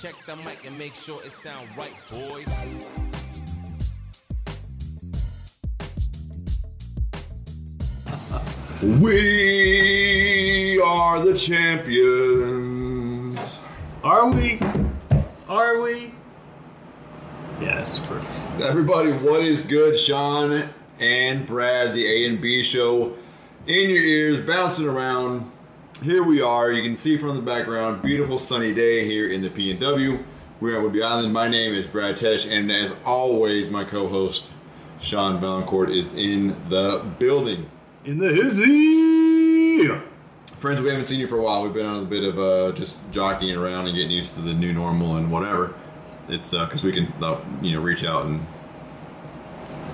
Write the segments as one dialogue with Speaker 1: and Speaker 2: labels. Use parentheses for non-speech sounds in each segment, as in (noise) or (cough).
Speaker 1: Check the mic and make sure it sound right, boys.
Speaker 2: We are the champions.
Speaker 3: Are we? Are we? Yeah, this is perfect.
Speaker 2: Everybody, what is good? Sean and Brad, the A and B show in your ears, bouncing around. Here we are. You can see from the background, beautiful sunny day here in the P and W. We're at Woodby Island. My name is Brad Tesh, and as always, my co-host Sean Valancourt is in the building.
Speaker 3: In the hizzy.
Speaker 2: friends we haven't seen you for a while we've been on a bit of uh, just jockeying around and getting used to the new normal and whatever it's because we can uh, you know reach out and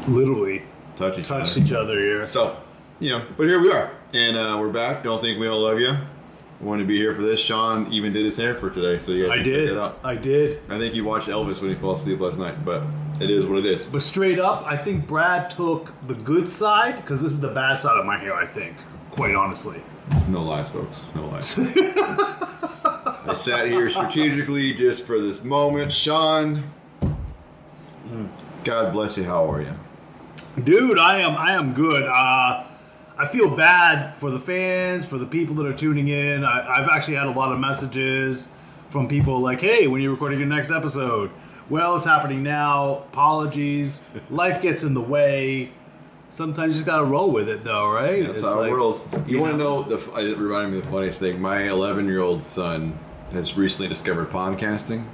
Speaker 3: Literally
Speaker 2: touch each
Speaker 3: touch
Speaker 2: other
Speaker 3: each other here.
Speaker 2: so you know but here we are and uh, we're back don't think we don't love you want to be here for this sean even did his hair for today so you guys
Speaker 3: I
Speaker 2: can check
Speaker 3: did.
Speaker 2: that out
Speaker 3: I did.
Speaker 2: i think you watched elvis when he fell asleep last night but it is what it is
Speaker 3: But straight up, I think Brad took the good side because this is the bad side of my hair. I think, quite honestly.
Speaker 2: It's no lies, folks. No lies. (laughs) I sat here strategically just for this moment. Sean, God bless you. How are you?
Speaker 3: Dude, I am I am good. Uh, I feel bad for the fans, for the people that are tuning in. I, I've actually had a lot of messages from people like, "Hey, when are you recording your next episode?" Well, it's happening now. Apologies,
Speaker 2: (laughs)
Speaker 3: life gets in the way. Sometimes you just gotta roll with it, though, right?
Speaker 2: That's
Speaker 3: It's
Speaker 2: how it
Speaker 3: like-
Speaker 2: rolls. You
Speaker 3: you
Speaker 2: want to
Speaker 3: know.
Speaker 2: know the? f- It reminded me of the funniest thing. My 11 year old son has recently discovered podcasting,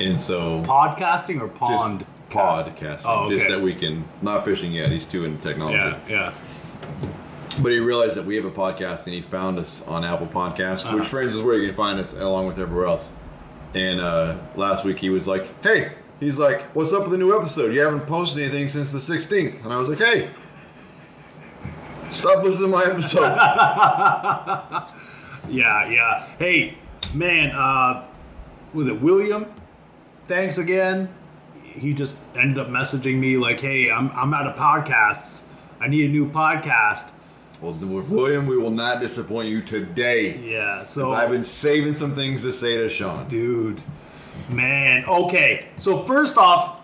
Speaker 2: and so
Speaker 3: Podcasting or
Speaker 2: just
Speaker 3: pond?
Speaker 2: podcasting.
Speaker 3: Oh, okay.
Speaker 2: Just that weekend. Not fishing yet. He's too into technology.
Speaker 3: yeah, yeah.
Speaker 2: But he realized that we have a podcast, and he found us on Apple Podcasts,
Speaker 3: Uh-huh.
Speaker 2: which friends is where you can find us along with everywhere else. And uh, last week he was like, "Hey," he's like, "What's up with the new episode? You haven't posted anything since the 16th." And I was like, "Hey, stop listening to my episodes."
Speaker 3: (laughs) Yeah, yeah. Hey, man, uh, was it William? Thanks again. He just ended up messaging me like, "Hey, I'm I'm out of podcasts. I need a new podcast."
Speaker 2: well, William, we will not disappoint you today.
Speaker 3: Yeah, so
Speaker 2: I've been saving some things to say to Sean.
Speaker 3: dude, man. Okay, so first off,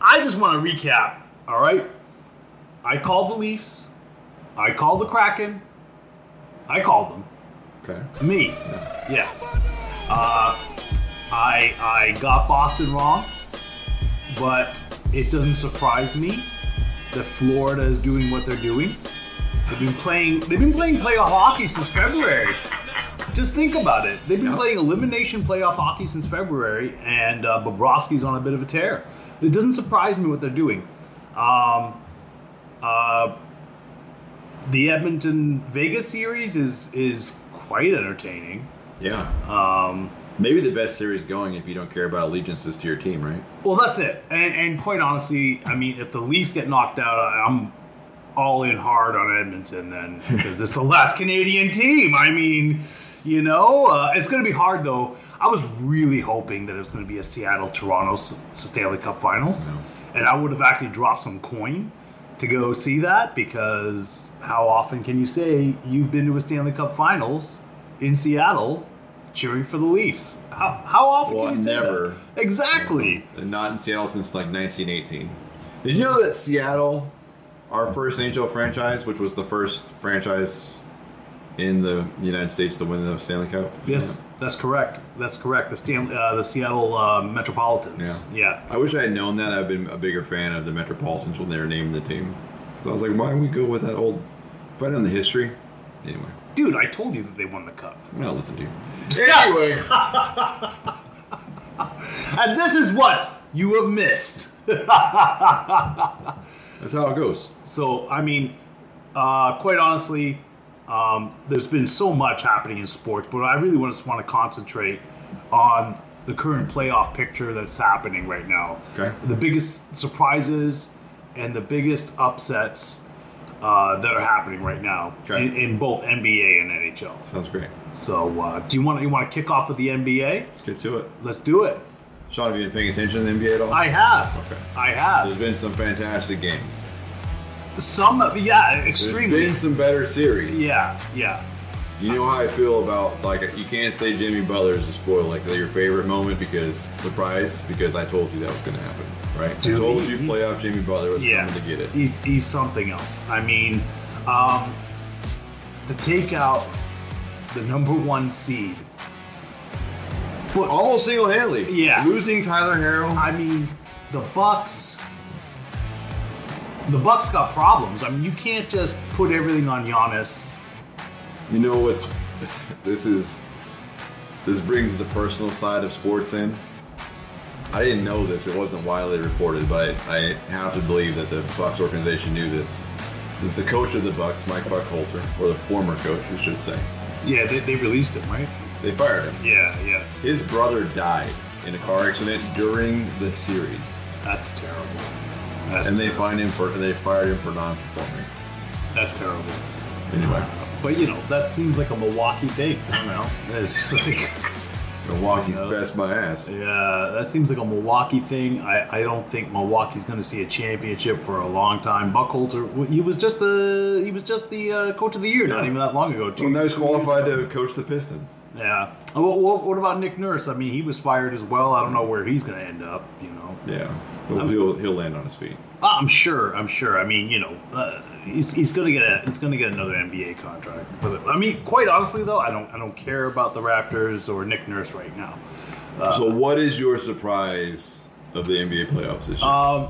Speaker 3: I just want to recap. All right, I called the Leafs. I called the Kraken. I called them.
Speaker 2: Okay.
Speaker 3: Me. Yeah. Uh, I I got Boston wrong, but it doesn't surprise me that Florida is doing what they're doing. They've been playing they've been playing playoff hockey since February. Just think about it. They've been
Speaker 2: Yeah.
Speaker 3: playing elimination playoff hockey since February, and uh, Bobrovsky's on a bit of a tear. It doesn't surprise me what they're doing. Um, uh, the Edmonton Vegas series is is quite entertaining.
Speaker 2: Yeah.
Speaker 3: Um,
Speaker 2: Maybe the best series going if you don't care about allegiances to your team, right?
Speaker 3: well, that's it. And, and quite honestly, I mean, if the Leafs get knocked out, I- I'm all in hard on
Speaker 2: (laughs)
Speaker 3: Edmonton then because it's the last Canadian team. I mean, you know, uh, it's going to be hard though. I was really hoping that it was going to be a Seattle Toronto S- Stanley Cup Finals, and I would have actually dropped some coin to go see that because how often can you say you've been to a Stanley Cup Finals in Seattle? Cheering for the Leafs. How, how often
Speaker 2: Well,
Speaker 3: can you say
Speaker 2: never.
Speaker 3: that? Exactly.
Speaker 2: and not in Seattle since like 1918. Did you know that Seattle, our first NHL franchise, which was the first franchise in the United States to win the Stanley Cup?
Speaker 3: Yes, that's correct. That's correct. The Stan- uh, the Seattle uh, Metropolitans. Yeah.
Speaker 2: I wish I had known that. I've been a bigger fan of the Metropolitans when they were naming the team. So I was like, why don't we go with that old find out the history? Anyway,
Speaker 3: Dude, I told you that they won the cup.
Speaker 2: I'll listen to you. Anyway,
Speaker 3: (laughs) And this is what you have missed. (laughs)
Speaker 2: that's how it goes.
Speaker 3: so, I mean, uh, quite honestly, um, there's been so much happening in sports, but I really want to, want to concentrate on the current playoff picture that's happening right now.
Speaker 2: Okay.
Speaker 3: the biggest surprises and the biggest upsets uh, that are happening right now
Speaker 2: Okay.
Speaker 3: in, in both NBA and NHL.
Speaker 2: Sounds great.
Speaker 3: So, uh, do you want you want to kick off with the NBA?
Speaker 2: Let's get to it.
Speaker 3: Let's do it.
Speaker 2: Sean, have you been paying attention to the NBA at all?
Speaker 3: I have,
Speaker 2: Okay.
Speaker 3: I
Speaker 2: There's
Speaker 3: have
Speaker 2: been some fantastic games.
Speaker 3: some. Yeah,
Speaker 2: There's
Speaker 3: extremely.
Speaker 2: been some better series.
Speaker 3: Yeah, yeah.
Speaker 2: You know how I feel about like you can't say Jimmy Butler is a spoiler, like your favorite moment because surprise, because I told you that was going to happen, right?
Speaker 3: Dude,
Speaker 2: I told you
Speaker 3: he's-
Speaker 2: playoff Jimmy Butler was
Speaker 3: yeah,
Speaker 2: coming to get it.
Speaker 3: He's he's something else. I mean, um, to take out the number one seed. But
Speaker 2: Almost single handedly,
Speaker 3: Yeah.
Speaker 2: losing Tyler Harrell.
Speaker 3: I mean, the Bucks. The Bucks got problems. I mean, you can't just put everything on Giannis.
Speaker 2: You know what's (laughs) this is this brings the personal side of sports in. I didn't know this; it wasn't widely reported, but I, I have to believe that the Bucks organization knew this. This is the coach of the Bucks, Mike Buckholzer, or the former coach, we should say.
Speaker 3: Yeah, they, they released him, right?
Speaker 2: They fired him.
Speaker 3: Yeah, yeah.
Speaker 2: His brother died in a car accident during the series,
Speaker 3: That's terrible. That's,
Speaker 2: and they find him for they fired him for non-performing.
Speaker 3: that's terrible.
Speaker 2: Anyway,
Speaker 3: But you know, that seems like a Milwaukee thing. I don't (laughs) know. It's like,
Speaker 2: Milwaukee's best my ass.
Speaker 3: (laughs) yeah, that seems like a Milwaukee thing. I, I don't think Milwaukee's going to see a championship for a long time. Buckholter, he was just the he was just the uh, coach of the year not
Speaker 2: Yeah.
Speaker 3: even that long ago. Two
Speaker 2: Well, now he's qualified to coach the Pistons.
Speaker 3: Yeah. What, what, what about Nick Nurse? I mean, he was fired as well. I don't know where he's going to end up. You know,
Speaker 2: Yeah, but he'll he'll land on his feet.
Speaker 3: Ah, I'm sure. I'm sure. I mean, you know, uh, he's, he's going to get a he's going to get another NBA contract. But I mean, quite honestly, though, I don't I don't care about the Raptors or Nick Nurse right now. Uh,
Speaker 2: So, what is your surprise of the NBA playoffs this year?
Speaker 3: Uh,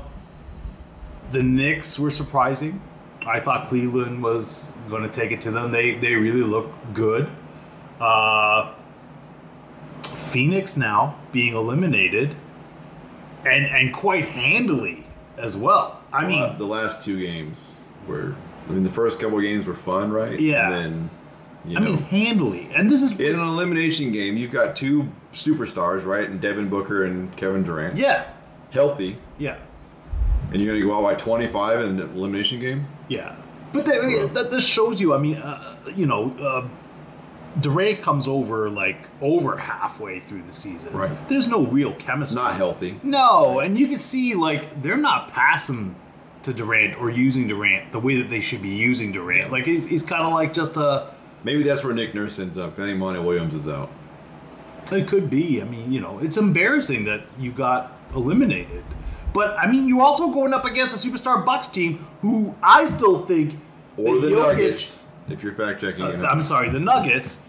Speaker 3: The Knicks were surprising. I thought Cleveland was going to take it to them. They they really look good. Uh, Phoenix now being eliminated, and and quite handily as well. I mean,
Speaker 2: Uh, the last two games were. I mean, the first couple of games were fun, right?
Speaker 3: Yeah.
Speaker 2: And then, you
Speaker 3: I
Speaker 2: know,
Speaker 3: mean handily. And this is
Speaker 2: in an elimination game, you've got two superstars, right? And Devin Booker and Kevin Durant,
Speaker 3: yeah,
Speaker 2: healthy,
Speaker 3: yeah,
Speaker 2: and you're going to go out by 25 in an elimination game.
Speaker 3: yeah. But that, I mean, that this shows you. I mean, uh, you know, uh, Durant comes over like over halfway through the season.
Speaker 2: Right.
Speaker 3: There's no real chemistry.
Speaker 2: Not healthy.
Speaker 3: No, and you can see like they're not passing to Durant or using Durant the way that they should be using Durant. Like he's, he's kind of like just a.
Speaker 2: Maybe that's where Nick Nurse ends up. I think Monty Williams is out.
Speaker 3: It could be. I mean, you know, it's embarrassing that you got eliminated. But I mean, you're also going up against a superstar Bucks team who I still think
Speaker 2: Or
Speaker 3: that
Speaker 2: the
Speaker 3: Jokic-
Speaker 2: Nuggets, if you're fact checking
Speaker 3: uh,
Speaker 2: it.
Speaker 3: I'm sorry, the Nuggets.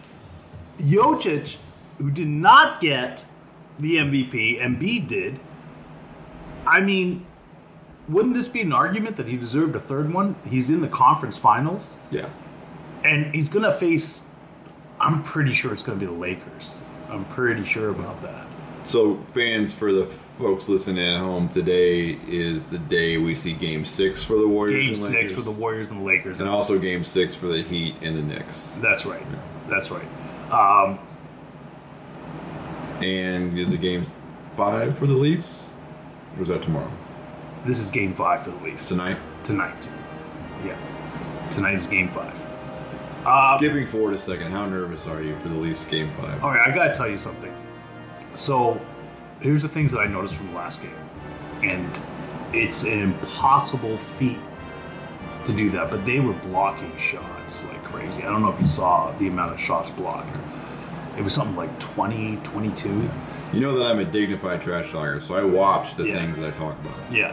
Speaker 3: Jokic, who did not get the MVP, and B did. I mean, wouldn't this be an argument that he deserved a third one? He's in the conference finals,
Speaker 2: Yeah.
Speaker 3: and he's going to face. I'm pretty sure it's going to be the Lakers. I'm pretty sure about that.
Speaker 2: So, fans, for the folks listening at home, today is the day we see Game Six for the Warriors.
Speaker 3: Game
Speaker 2: and
Speaker 3: six
Speaker 2: Lakers,
Speaker 3: for the Warriors and the Lakers.
Speaker 2: and also Game Six for the Heat and the Knicks.
Speaker 3: That's right. That's right. Um,
Speaker 2: And is it Game Five for the Leafs? Or is that tomorrow?
Speaker 3: this is game five for the Leafs
Speaker 2: Tonight.
Speaker 3: tonight. Yeah, tonight is game five. Uh,
Speaker 2: Skipping forward a second, how nervous are you for the Leafs Game Five?
Speaker 3: All right, I gotta tell you something. So, here's the things that I noticed from the last game, and it's an impossible feat to do that. But they were blocking shots like crazy. I don't know if you saw the amount of shots blocked. It was something like 20, 22.
Speaker 2: You know that I'm a dignified trash talker, so I watch the
Speaker 3: Yeah.
Speaker 2: things that I talk about.
Speaker 3: Yeah.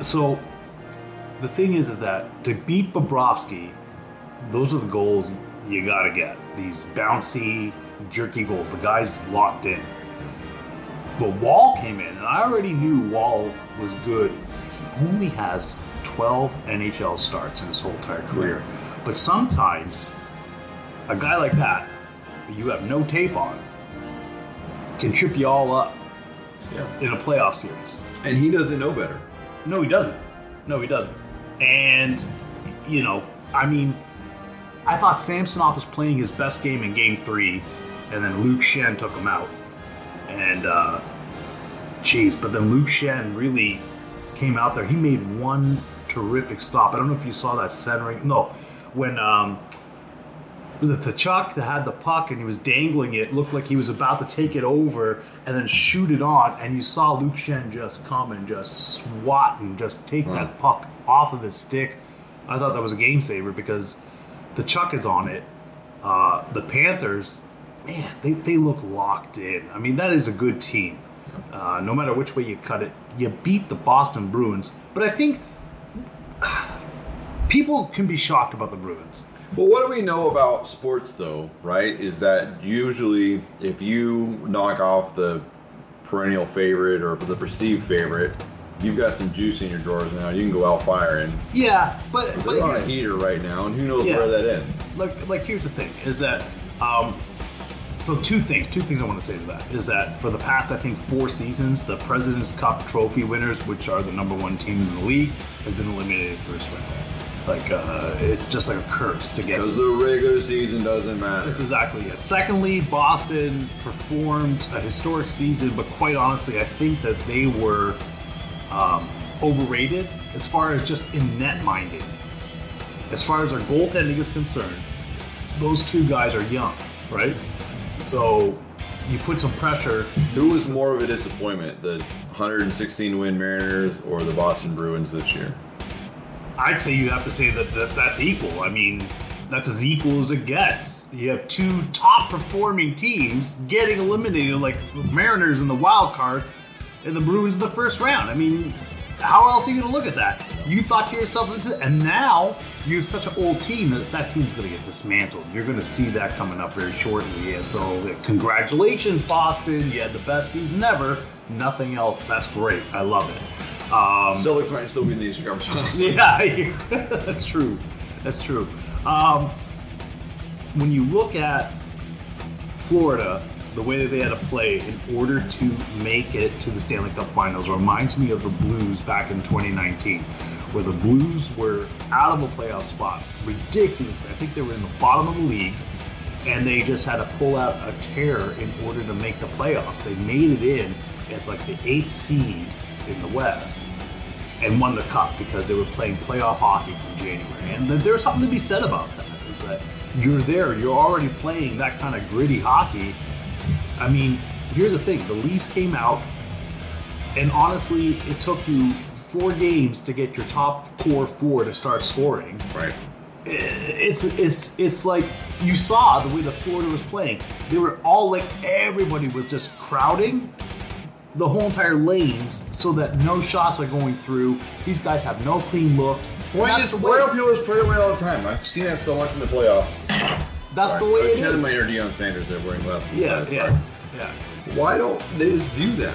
Speaker 3: So the thing is, is that to beat Bobrovsky, those are the goals you gotta get. These bouncy, jerky goals. The guy's locked in. But Wall came in, and I already knew Wall was good. He only has 12 NHL starts in his whole entire career. But sometimes a guy like that, that you have no tape on, can trip you all up
Speaker 2: Yeah.
Speaker 3: in a playoff series.
Speaker 2: And he doesn't know better.
Speaker 3: No, he doesn't. No, he doesn't. And you know, I mean, I thought Samsonov was playing his best game in Game Three, and then Luke Shen took him out. And uh, geez, but then Luke Shen really came out there. He made one terrific stop. I don't know if you saw that centering. No, when um, was it Tkachuk that had the puck and he was dangling it? Looked like he was about to take it over and then shoot it on. And you saw Luke Shen just come and just swat and just take that puck off of his stick. I thought that was a game saver because the Chuck is on it. Uh, the Panthers, man, they, they look locked in. I mean, that is a good team. Uh, no matter which way you cut it, you beat the Boston Bruins. But I think people can be shocked about the Bruins.
Speaker 2: Well, what do we know about sports, though, right? Is that usually if you knock off the perennial favorite or the perceived favorite, you've got some juice in your drawers now. You can go out firing.
Speaker 3: Yeah, but,
Speaker 2: They're on a heater right now, and who knows
Speaker 3: Yeah.
Speaker 2: where that ends.
Speaker 3: like like here's the thing is that um, so two things two things I want to say to that is that for the past I think four seasons the President's Cup trophy winners which are the number one team in the league has been eliminated first round like uh, it's just like a curse to get
Speaker 2: Because the regular season doesn't matter.
Speaker 3: that's exactly it. Secondly, Boston performed a historic season, but quite honestly, I think that they were um, overrated as far as just in net minding. As far as our goaltending is concerned, those two guys are young, right? So you put some pressure.
Speaker 2: Who was more of a disappointment, the 116 win Mariners or the Boston Bruins this year?
Speaker 3: I'd say you have to say that, that that's equal. I mean, that's as equal as it gets. You have two top performing teams getting eliminated, like the Mariners in the wild card and the Bruins in the first round. I mean, how else are you going to look at that? You thought to yourself, this is- and now you're such an old team that that team's going to get dismantled. You're going to see that coming up very shortly. And so, congratulations, Boston. You had the best season ever. Nothing else. That's great. I love it. Um,
Speaker 2: Celtics might still be in the Eastern Conference (laughs) Finals.
Speaker 3: yeah, (laughs) that's true. That's true. Um, when you look at Florida, the way that they had to play in order to make it to the Stanley Cup Finals reminds me of the Blues back in 2019, where the Blues were out of a playoff spot. Ridiculous. I think they were in the bottom of the league, and they just had to pull out a tear in order to make the playoffs. They made it in at like the eighth seed in the West and won the cup because they were playing playoff hockey from January. And th- there's something to be said about that. Is that you're there, you're already playing that kind of gritty hockey. I mean, here's the thing: the Leafs came out, and honestly, it took you four games to get your top core four to start scoring
Speaker 2: Right.
Speaker 3: it's it's it's like you saw the way the Florida was playing. They were all like everybody was just crowding the whole entire lanes so that no shots are going through. These guys have no clean looks. And
Speaker 2: Why,
Speaker 3: that's
Speaker 2: is,
Speaker 3: the
Speaker 2: why
Speaker 3: way,
Speaker 2: don't people just play away all the time? I've seen that so much in the playoffs.
Speaker 3: that's the way
Speaker 2: I was
Speaker 3: it
Speaker 2: channeling
Speaker 3: is.
Speaker 2: my inner Deion Sanders there wearing glasses.
Speaker 3: yeah,
Speaker 2: Sorry,
Speaker 3: yeah,
Speaker 2: sorry.
Speaker 3: yeah.
Speaker 2: Why don't they just do that?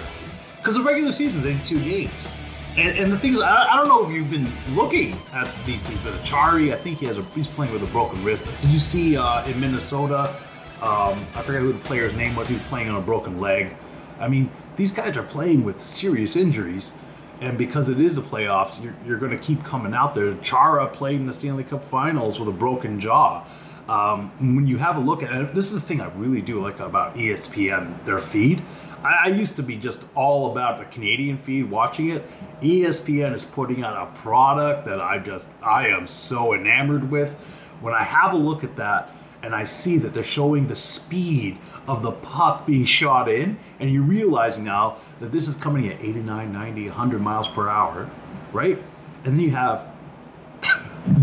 Speaker 3: Because the regular season's 82 games. And, and the thing is, I, I don't know if you've been looking at these things, but Achari, I think he has a, he's playing with a broken wrist. Did you see uh, in Minnesota? Um, I forget who the player's name was. He was playing on a broken leg. I mean, these guys are playing with serious injuries, and because it is the playoffs, you're, you're going to keep coming out there. Chara played in the Stanley Cup Finals with a broken jaw. Um, when you have a look at it, this is the thing I really do like about E ESPN, their feed. I, I used to be just all about the Canadian feed watching it. E ESPN is putting out a product that I just, I am so enamored with. When I have a look at that and I see that they're showing the speed of the puck being shot in, and you realize now that this is coming at 89, 90, 100 miles per hour, right? And then you have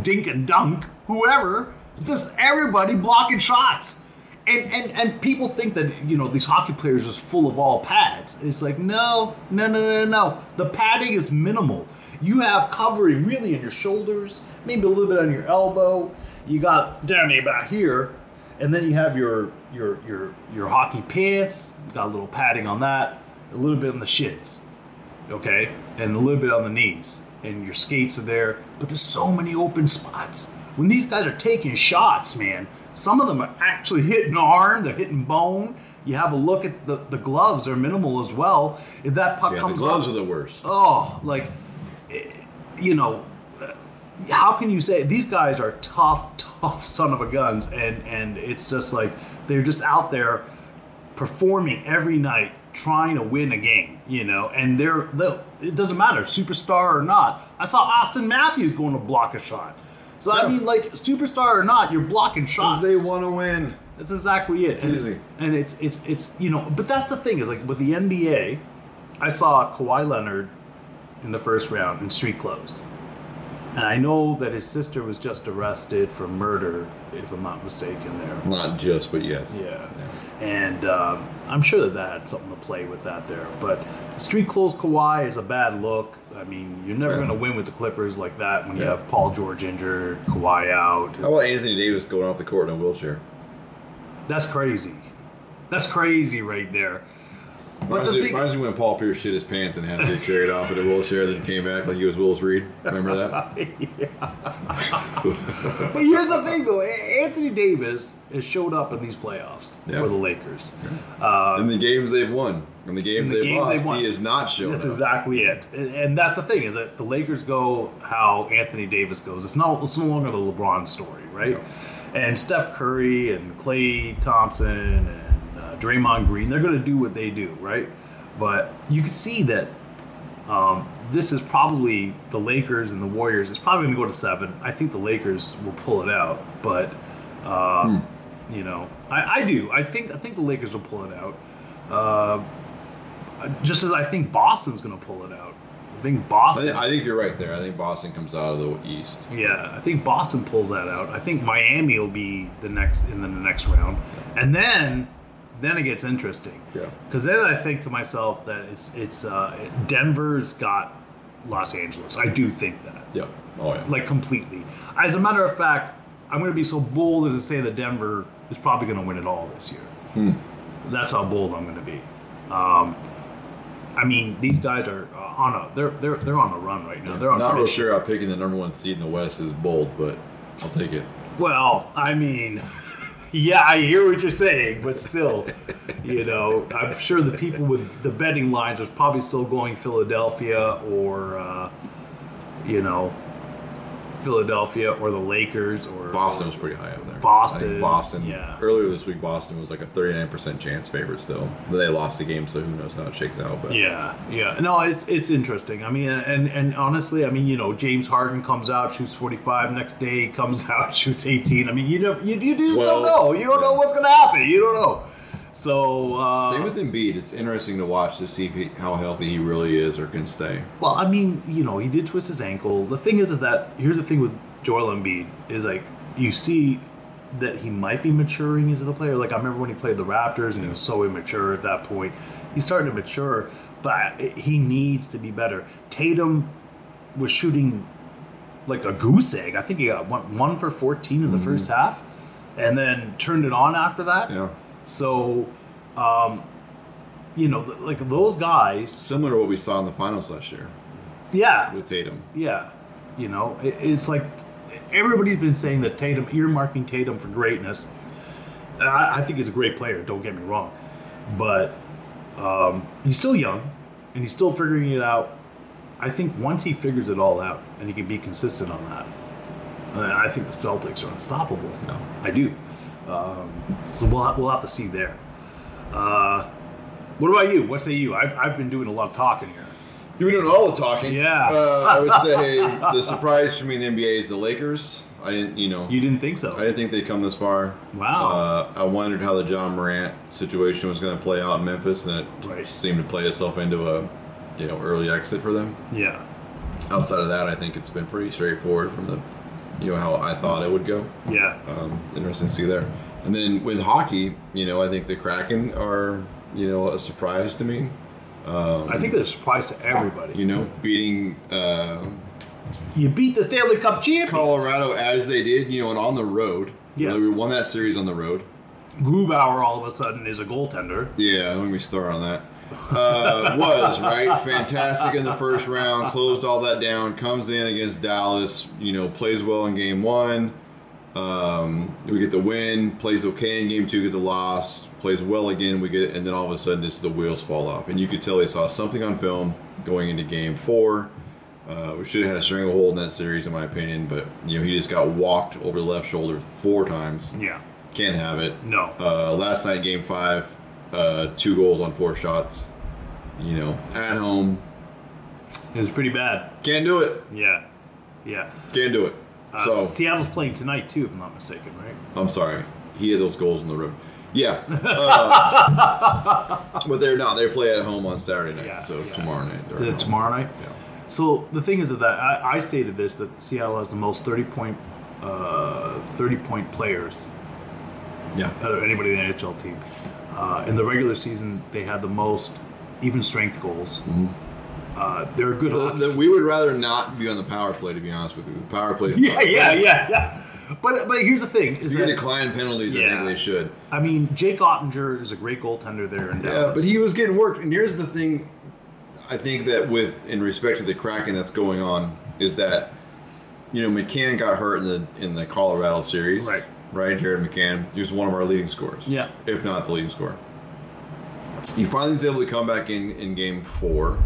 Speaker 3: dink and dunk, whoever, just everybody blocking shots. And, and, and people think that you know these hockey players is full of all pads. It's like no, no, no, no, no. The padding is minimal. You have covering really in your shoulders, maybe a little bit on your elbow. You got down to about here, and then you have your your your your hockey pants. You got a little padding on that, a little bit on the shins okay, and a little bit on the knees, and your skates are there. But there's so many open spots. When these guys are taking shots, man, some of them are actually hitting arm, they're hitting bone. You have a look at the, the gloves; are minimal as well. If that puck
Speaker 2: Yeah, the
Speaker 3: comes
Speaker 2: gloves
Speaker 3: up,
Speaker 2: are the worst.
Speaker 3: oh, like, eh, you know, eh, how can you say these guys are tough, (laughs) tough son of a guns, and and it's just like they're just out there performing every night, trying to win a game, you know, and they're, they it doesn't matter, superstar or not. I saw Austin Matthews going to block a shot. So I
Speaker 2: Yeah.
Speaker 3: mean, like superstar or not, you're blocking shots.
Speaker 2: Because they want to win.
Speaker 3: That's exactly it. And,
Speaker 2: easy.
Speaker 3: and it's it's it's you know, but that's the thing is like with the NBA, I saw Kawhi Leonard in the first round in street clothes. And I know that his sister was just arrested for murder, if I'm not mistaken. There.
Speaker 2: Not just, but yes.
Speaker 3: Yeah. And um, I'm sure that that had something to play with that there. But street clothes Kawhi is a bad look. I mean, you're never
Speaker 2: Yeah.
Speaker 3: going to win with the Clippers like that when you
Speaker 2: Yeah.
Speaker 3: have Paul George injured, Kawhi out.
Speaker 2: How about Anthony Davis going off the court in a wheelchair?
Speaker 3: That's crazy. That's crazy right there. But
Speaker 2: Reminds
Speaker 3: the
Speaker 2: me,
Speaker 3: thing,
Speaker 2: reminds me when Paul Pierce shit his pants and had to get carried off in a wheelchair, then came back like he was Willis Reed. Remember that?
Speaker 3: (laughs) (laughs) but here's the thing though: A- Anthony Davis has showed up in these playoffs
Speaker 2: Yeah.
Speaker 3: for the Lakers.
Speaker 2: in the games they've won, in the games
Speaker 3: the
Speaker 2: they've
Speaker 3: games
Speaker 2: lost,
Speaker 3: they've won.
Speaker 2: he is not showing
Speaker 3: That's
Speaker 2: up.
Speaker 3: exactly it, and and that's the thing is that the Lakers go how Anthony Davis goes. It's not it's no longer the LeBron story, right? And Steph Curry and Clay Thompson and uh, Draymond Green, they're going to do what they do, right? But you can see that um, this is probably the Lakers and the Warriors. It's probably going to go to seven. I think the Lakers will pull it out, but uh, you know, I, I do. I think I think the Lakers will pull it out. Uh, just as I think Boston's going to pull it out. I think
Speaker 2: Oh, I,
Speaker 3: Boston.
Speaker 2: thi- I think you're right there. I think Boston comes out of the East.
Speaker 3: yeah, I think Boston pulls that out. I think Miami will be the next in the next round, and then then it gets interesting.
Speaker 2: Yeah.
Speaker 3: Because then I think to myself that it's it's uh, Denver's got Los Angeles. I do think that
Speaker 2: Yep. Oh yeah.
Speaker 3: like completely. As a matter of fact, I'm going to be so bold as to say that Denver is probably going to win it all this year.
Speaker 2: Hmm.
Speaker 3: That's how bold I'm going to be. Um, I mean, these guys are uh, on a they're they're they're on a run right now. They're on
Speaker 2: not
Speaker 3: a
Speaker 2: real
Speaker 3: pitch.
Speaker 2: sure how picking the number one seed in the West is bold, but I'll take it.
Speaker 3: Well, I mean, (laughs) yeah, I hear what you're saying, but still, you know, I'm sure the people with the betting lines are probably still going Philadelphia or, uh, you know, Philadelphia or the Lakers or
Speaker 2: Boston was pretty high up there.
Speaker 3: Boston,
Speaker 2: I think Boston.
Speaker 3: yeah.
Speaker 2: Earlier this week, Boston was like a 39% chance favorite still. They lost the game, so who knows how it shakes out. But
Speaker 3: Yeah, yeah. No, it's it's interesting. I mean, and and honestly, I mean, you know, James Harden comes out, shoots forty five. Next day, he comes (laughs) out, shoots eighteen. I mean, you don't, you, you just
Speaker 2: Well,
Speaker 3: don't know. You don't know
Speaker 2: yeah.
Speaker 3: what's gonna happen. You don't know. So, uh,
Speaker 2: Same with Embiid. It's interesting to watch to see if he, how healthy he really is or can stay.
Speaker 3: well, I mean, you know, he did twist his ankle. The thing is, is that here's the thing with Joel Embiid is like you see that he might be maturing into the player. Like I remember when he played the Raptors and he was so immature at that point. He's starting to mature, but he needs to be better. Tatum was shooting like a goose egg. I think he got one, one for 14 in the first half and then turned it on after that.
Speaker 2: Yeah.
Speaker 3: So, um, you know, th- like those guys,
Speaker 2: Similar to what we saw in the finals last year
Speaker 3: yeah,
Speaker 2: with Tatum.
Speaker 3: yeah, you know, it, it's like everybody's been saying that Tatum, earmarking Tatum for greatness. And I, I think he's a great player. Don't get me wrong, but um, he's still young and he's still figuring it out. I think once he figures it all out and he can be consistent on that, uh, I think the Celtics are unstoppable.
Speaker 2: No.
Speaker 3: I do. Um, so we'll ha- we'll have to see there. Uh, what about you? What say you? I've, I've been doing a lot of talking here.
Speaker 2: You were doing all the talking.
Speaker 3: Yeah.
Speaker 2: Uh, I would say (laughs) the surprise for me in the NBA is the Lakers. I didn't, you know,
Speaker 3: You didn't think so?
Speaker 2: I didn't think they'd come this far.
Speaker 3: Wow.
Speaker 2: Uh, I wondered how the John Morant situation was going to play out in Memphis, and it
Speaker 3: Right.
Speaker 2: seemed to play itself into a, you know, early exit for them.
Speaker 3: Yeah.
Speaker 2: Outside of that, I think it's been pretty straightforward from the, you know, how I thought it would go.
Speaker 3: Yeah.
Speaker 2: um, interesting to see there. And then with hockey, you know, I think the Kraken are, you know, a surprise to me.
Speaker 3: I think it's a surprise to everybody.
Speaker 2: You know, beating uh,
Speaker 3: You beat the Stanley Cup champions.
Speaker 2: Colorado as they did, you know, and on the road. You know,
Speaker 3: Yes.
Speaker 2: we won that series on the road.
Speaker 3: Grubauer all of a sudden is a goaltender.
Speaker 2: Yeah, let me start on that. Uh, (laughs) was right, fantastic in the first round. Closed all that down. Comes in against Dallas. You know, plays well in game one. Um, we get the win. Plays okay in game two. Get the loss. Plays well again. We get, and then all of a sudden, just the wheels fall off. And you could tell they saw something on film going into game four. Uh, we should have had a stranglehold in that series, in my opinion. But you know, he just got walked over the left shoulder four times.
Speaker 3: Yeah.
Speaker 2: Can't have it.
Speaker 3: No.
Speaker 2: Uh, last night, game five, uh, two goals on four shots. You know, at home,
Speaker 3: It was pretty bad.
Speaker 2: can't do it.
Speaker 3: Yeah. Yeah.
Speaker 2: Can't do it.
Speaker 3: Uh,
Speaker 2: so
Speaker 3: Seattle's playing tonight too, if I'm not mistaken, right?
Speaker 2: I'm sorry. He had those goals in the road.
Speaker 3: (laughs)
Speaker 2: Yeah, uh, but they're not. They play at home on Saturday night.
Speaker 3: Yeah,
Speaker 2: so
Speaker 3: yeah.
Speaker 2: tomorrow night. they're
Speaker 3: Is
Speaker 2: at
Speaker 3: it
Speaker 2: home.
Speaker 3: Uh, tomorrow night? So the thing is that I, I stated this that Seattle has the most thirty point uh, thirty point players
Speaker 2: Yeah.
Speaker 3: out of anybody in the NHL team. Uh, in the regular season, they had the most even strength goals. Uh, they're a good.
Speaker 2: Uh,
Speaker 3: hockey
Speaker 2: then we would rather not be on the power play, to be honest with you. The power play. Is
Speaker 3: (laughs) yeah, yeah, yeah, yeah. But but here's the thing: is
Speaker 2: If you
Speaker 3: that
Speaker 2: decline penalties, I
Speaker 3: Yeah.
Speaker 2: think they should.
Speaker 3: I mean, Jake Ottinger is a great goaltender there in Dallas.
Speaker 2: Yeah, but he was getting worked. And here's the thing I think that with in respect to the cracking that's going on is that you know, McCann got hurt in the in the Colorado series.
Speaker 3: Right.
Speaker 2: Right, Jared McCann. He was one of our leading scorers.
Speaker 3: Yeah.
Speaker 2: If not the leading scorer. He finally was able to come back in in game four,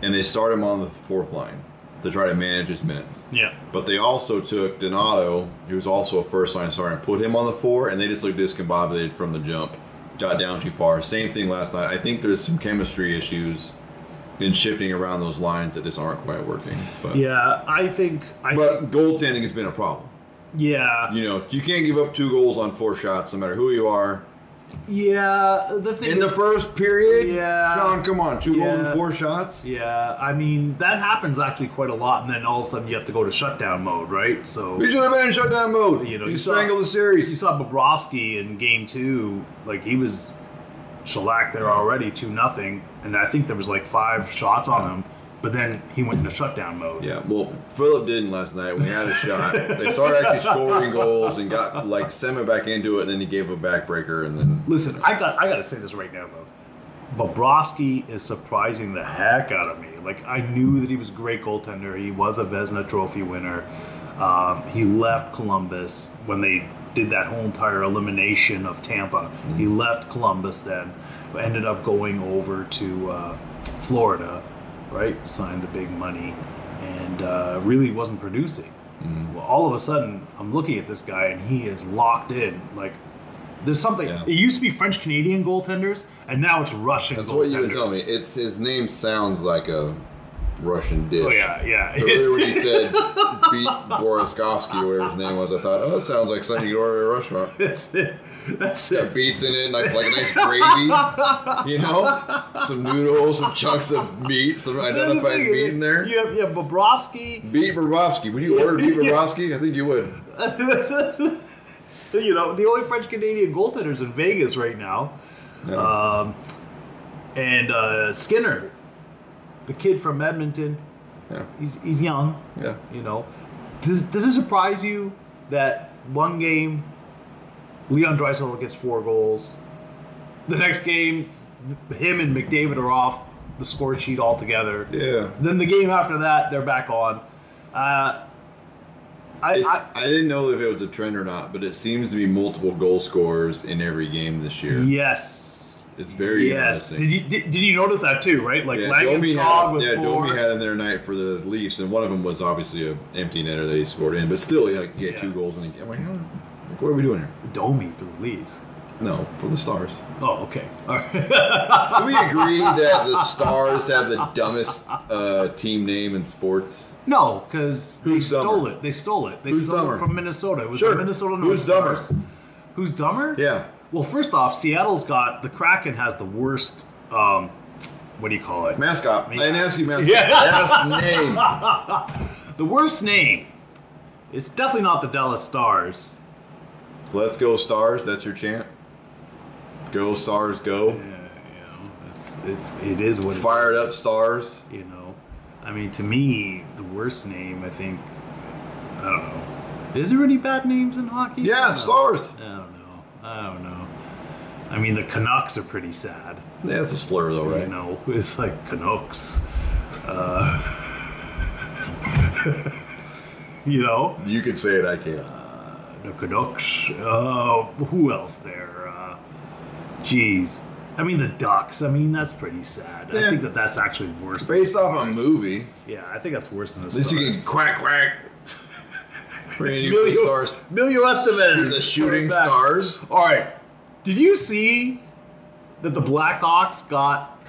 Speaker 2: and they start him on the fourth line to try to manage his minutes.
Speaker 3: yeah,
Speaker 2: But they also took Donato, who's also a first line starter, and put him on the four, and they just looked discombobulated from the jump, got down too far. Same thing last night. I think there's some chemistry issues in shifting around those lines that just aren't quite working. But,
Speaker 3: yeah. I think I
Speaker 2: but goaltending has been a problem.
Speaker 3: yeah
Speaker 2: You know, you can't give up two goals on four shots, no matter who you are.
Speaker 3: yeah. The thing
Speaker 2: In the
Speaker 3: is-
Speaker 2: first period,
Speaker 3: Yeah.
Speaker 2: Sean, come on, two goals
Speaker 3: Yeah.
Speaker 2: and four shots.
Speaker 3: Yeah, I mean that happens actually quite a lot, and then all of a sudden you have to go to shutdown mode, right? So
Speaker 2: We should have been in shutdown mode.
Speaker 3: You
Speaker 2: You
Speaker 3: know,
Speaker 2: know,
Speaker 3: you
Speaker 2: you
Speaker 3: saw-
Speaker 2: strangle the
Speaker 3: you
Speaker 2: series.
Speaker 3: saw Bobrovsky in game two, like he was shellacked there already, two nothing, and I think there was like five shots on him, but then he went into shutdown mode.
Speaker 2: Yeah, well, Philip didn't last night. We had a shot. They started actually scoring goals and got like Sema back into it, and then he gave a backbreaker, and then
Speaker 3: Listen, I got I got to say this right now though. Bobrovsky is surprising the heck out of me. Like I knew that he was a great goaltender. He was a Vesna Trophy winner. Um, he left Columbus when they did that whole entire elimination of Tampa. He left Columbus then, ended up going over to uh, Florida, right? Signed the big money, and uh, really wasn't producing. Well, all of a sudden, I'm looking at this guy and he is locked in. Like, there's something.
Speaker 2: Yeah.
Speaker 3: It used to be French Canadian goaltenders, and now it's Russian
Speaker 2: that's
Speaker 3: goaltenders.
Speaker 2: what you would tell me. It's his name sounds like a Russian dish.
Speaker 3: Oh yeah, yeah. It's-
Speaker 2: Earlier when you said beat Boriskovsky or whatever his name was, I thought, oh, that sounds like something you order at a restaurant.
Speaker 3: (laughs) That's it. That's
Speaker 2: Got
Speaker 3: it.
Speaker 2: beets in it, nice like a nice gravy, you know, some noodles, some chunks of meat, some
Speaker 3: That's the
Speaker 2: identified
Speaker 3: thing,
Speaker 2: meat in there.
Speaker 3: You have, you have Bobrovsky.
Speaker 2: Beat Borovsky. Would you order
Speaker 3: (laughs)
Speaker 2: beat Borovsky? I think you would.
Speaker 3: You know, the only French Canadian goaltenders in Vegas right now, Um,
Speaker 2: Yeah.
Speaker 3: and uh, Skinner, the kid from Edmonton.
Speaker 2: Yeah.
Speaker 3: He's he's young.
Speaker 2: Yeah.
Speaker 3: You know, does, does it surprise you that one game Leon Draisaitl gets four goals, the next game him and McDavid are off the score sheet altogether.
Speaker 2: Yeah.
Speaker 3: Then the game after that they're back on. Uh, I,
Speaker 2: It's,
Speaker 3: I
Speaker 2: I, didn't know if it was a trend or not, but it seems to be multiple goal scorers in every game this year.
Speaker 3: yes.
Speaker 2: It's very
Speaker 3: Yes.
Speaker 2: interesting.
Speaker 3: Did you did, did you notice that too? Right, like
Speaker 2: yeah, Domi
Speaker 3: Langenskog
Speaker 2: had,
Speaker 3: with
Speaker 2: yeah,
Speaker 3: four.
Speaker 2: Domi had in their night for the Leafs, and one of them was obviously a empty netter that he scored in. But still, he, like, he had
Speaker 3: Yeah.
Speaker 2: two goals in the game. I'm like, huh? Like, what are we doing here?
Speaker 3: Domi for the Leafs.
Speaker 2: No, for the Stars.
Speaker 3: Oh, okay. All right.
Speaker 2: Do we agree that the Stars have the dumbest uh, team name in sports?
Speaker 3: No, because they
Speaker 2: Who's dumber?
Speaker 3: stole it. They stole it. They
Speaker 2: Who's
Speaker 3: stole
Speaker 2: dumber?
Speaker 3: it from Minnesota. It was
Speaker 2: Sure.
Speaker 3: the Minnesota North
Speaker 2: Who's dumber?
Speaker 3: Stars. Who's dumber?
Speaker 2: Yeah.
Speaker 3: Well, first off, Seattle's got the Kraken has the worst. Um, what do you call it?
Speaker 2: Mascot. I didn't ask you mascot.
Speaker 3: Yeah.
Speaker 2: Last name.
Speaker 3: The worst name. It's definitely not the Dallas Stars.
Speaker 2: Let's go Stars. That's your chant. Go Stars, go.
Speaker 3: Yeah, you know, it's, it's it is what it
Speaker 2: Fired up Stars.
Speaker 3: you know i mean to me the worst name i think i don't know is there any bad names in hockey I
Speaker 2: Yeah,
Speaker 3: don't know.
Speaker 2: Stars.
Speaker 3: i don't know i don't know i mean the canucks are pretty sad
Speaker 2: Yeah, that's a slur though,
Speaker 3: you
Speaker 2: right?
Speaker 3: know (laughs) it's like canucks uh, (laughs) you know
Speaker 2: You can say it. I can't.
Speaker 3: the canucks uh, who else there uh, jeez i mean the ducks i mean that's pretty sad i
Speaker 2: Yeah.
Speaker 3: think that that's actually worse than
Speaker 2: Based
Speaker 3: the
Speaker 2: off a
Speaker 3: Stars.
Speaker 2: movie.
Speaker 3: yeah i think that's worse than the
Speaker 2: At least you can
Speaker 3: Stars.
Speaker 2: quack quack. (laughs) Brand new
Speaker 3: Emilio-
Speaker 2: Stars.
Speaker 3: Emilio Estevez.
Speaker 2: The shooting
Speaker 3: Back.
Speaker 2: stars.
Speaker 3: All right. Did you see that the Blackhawks got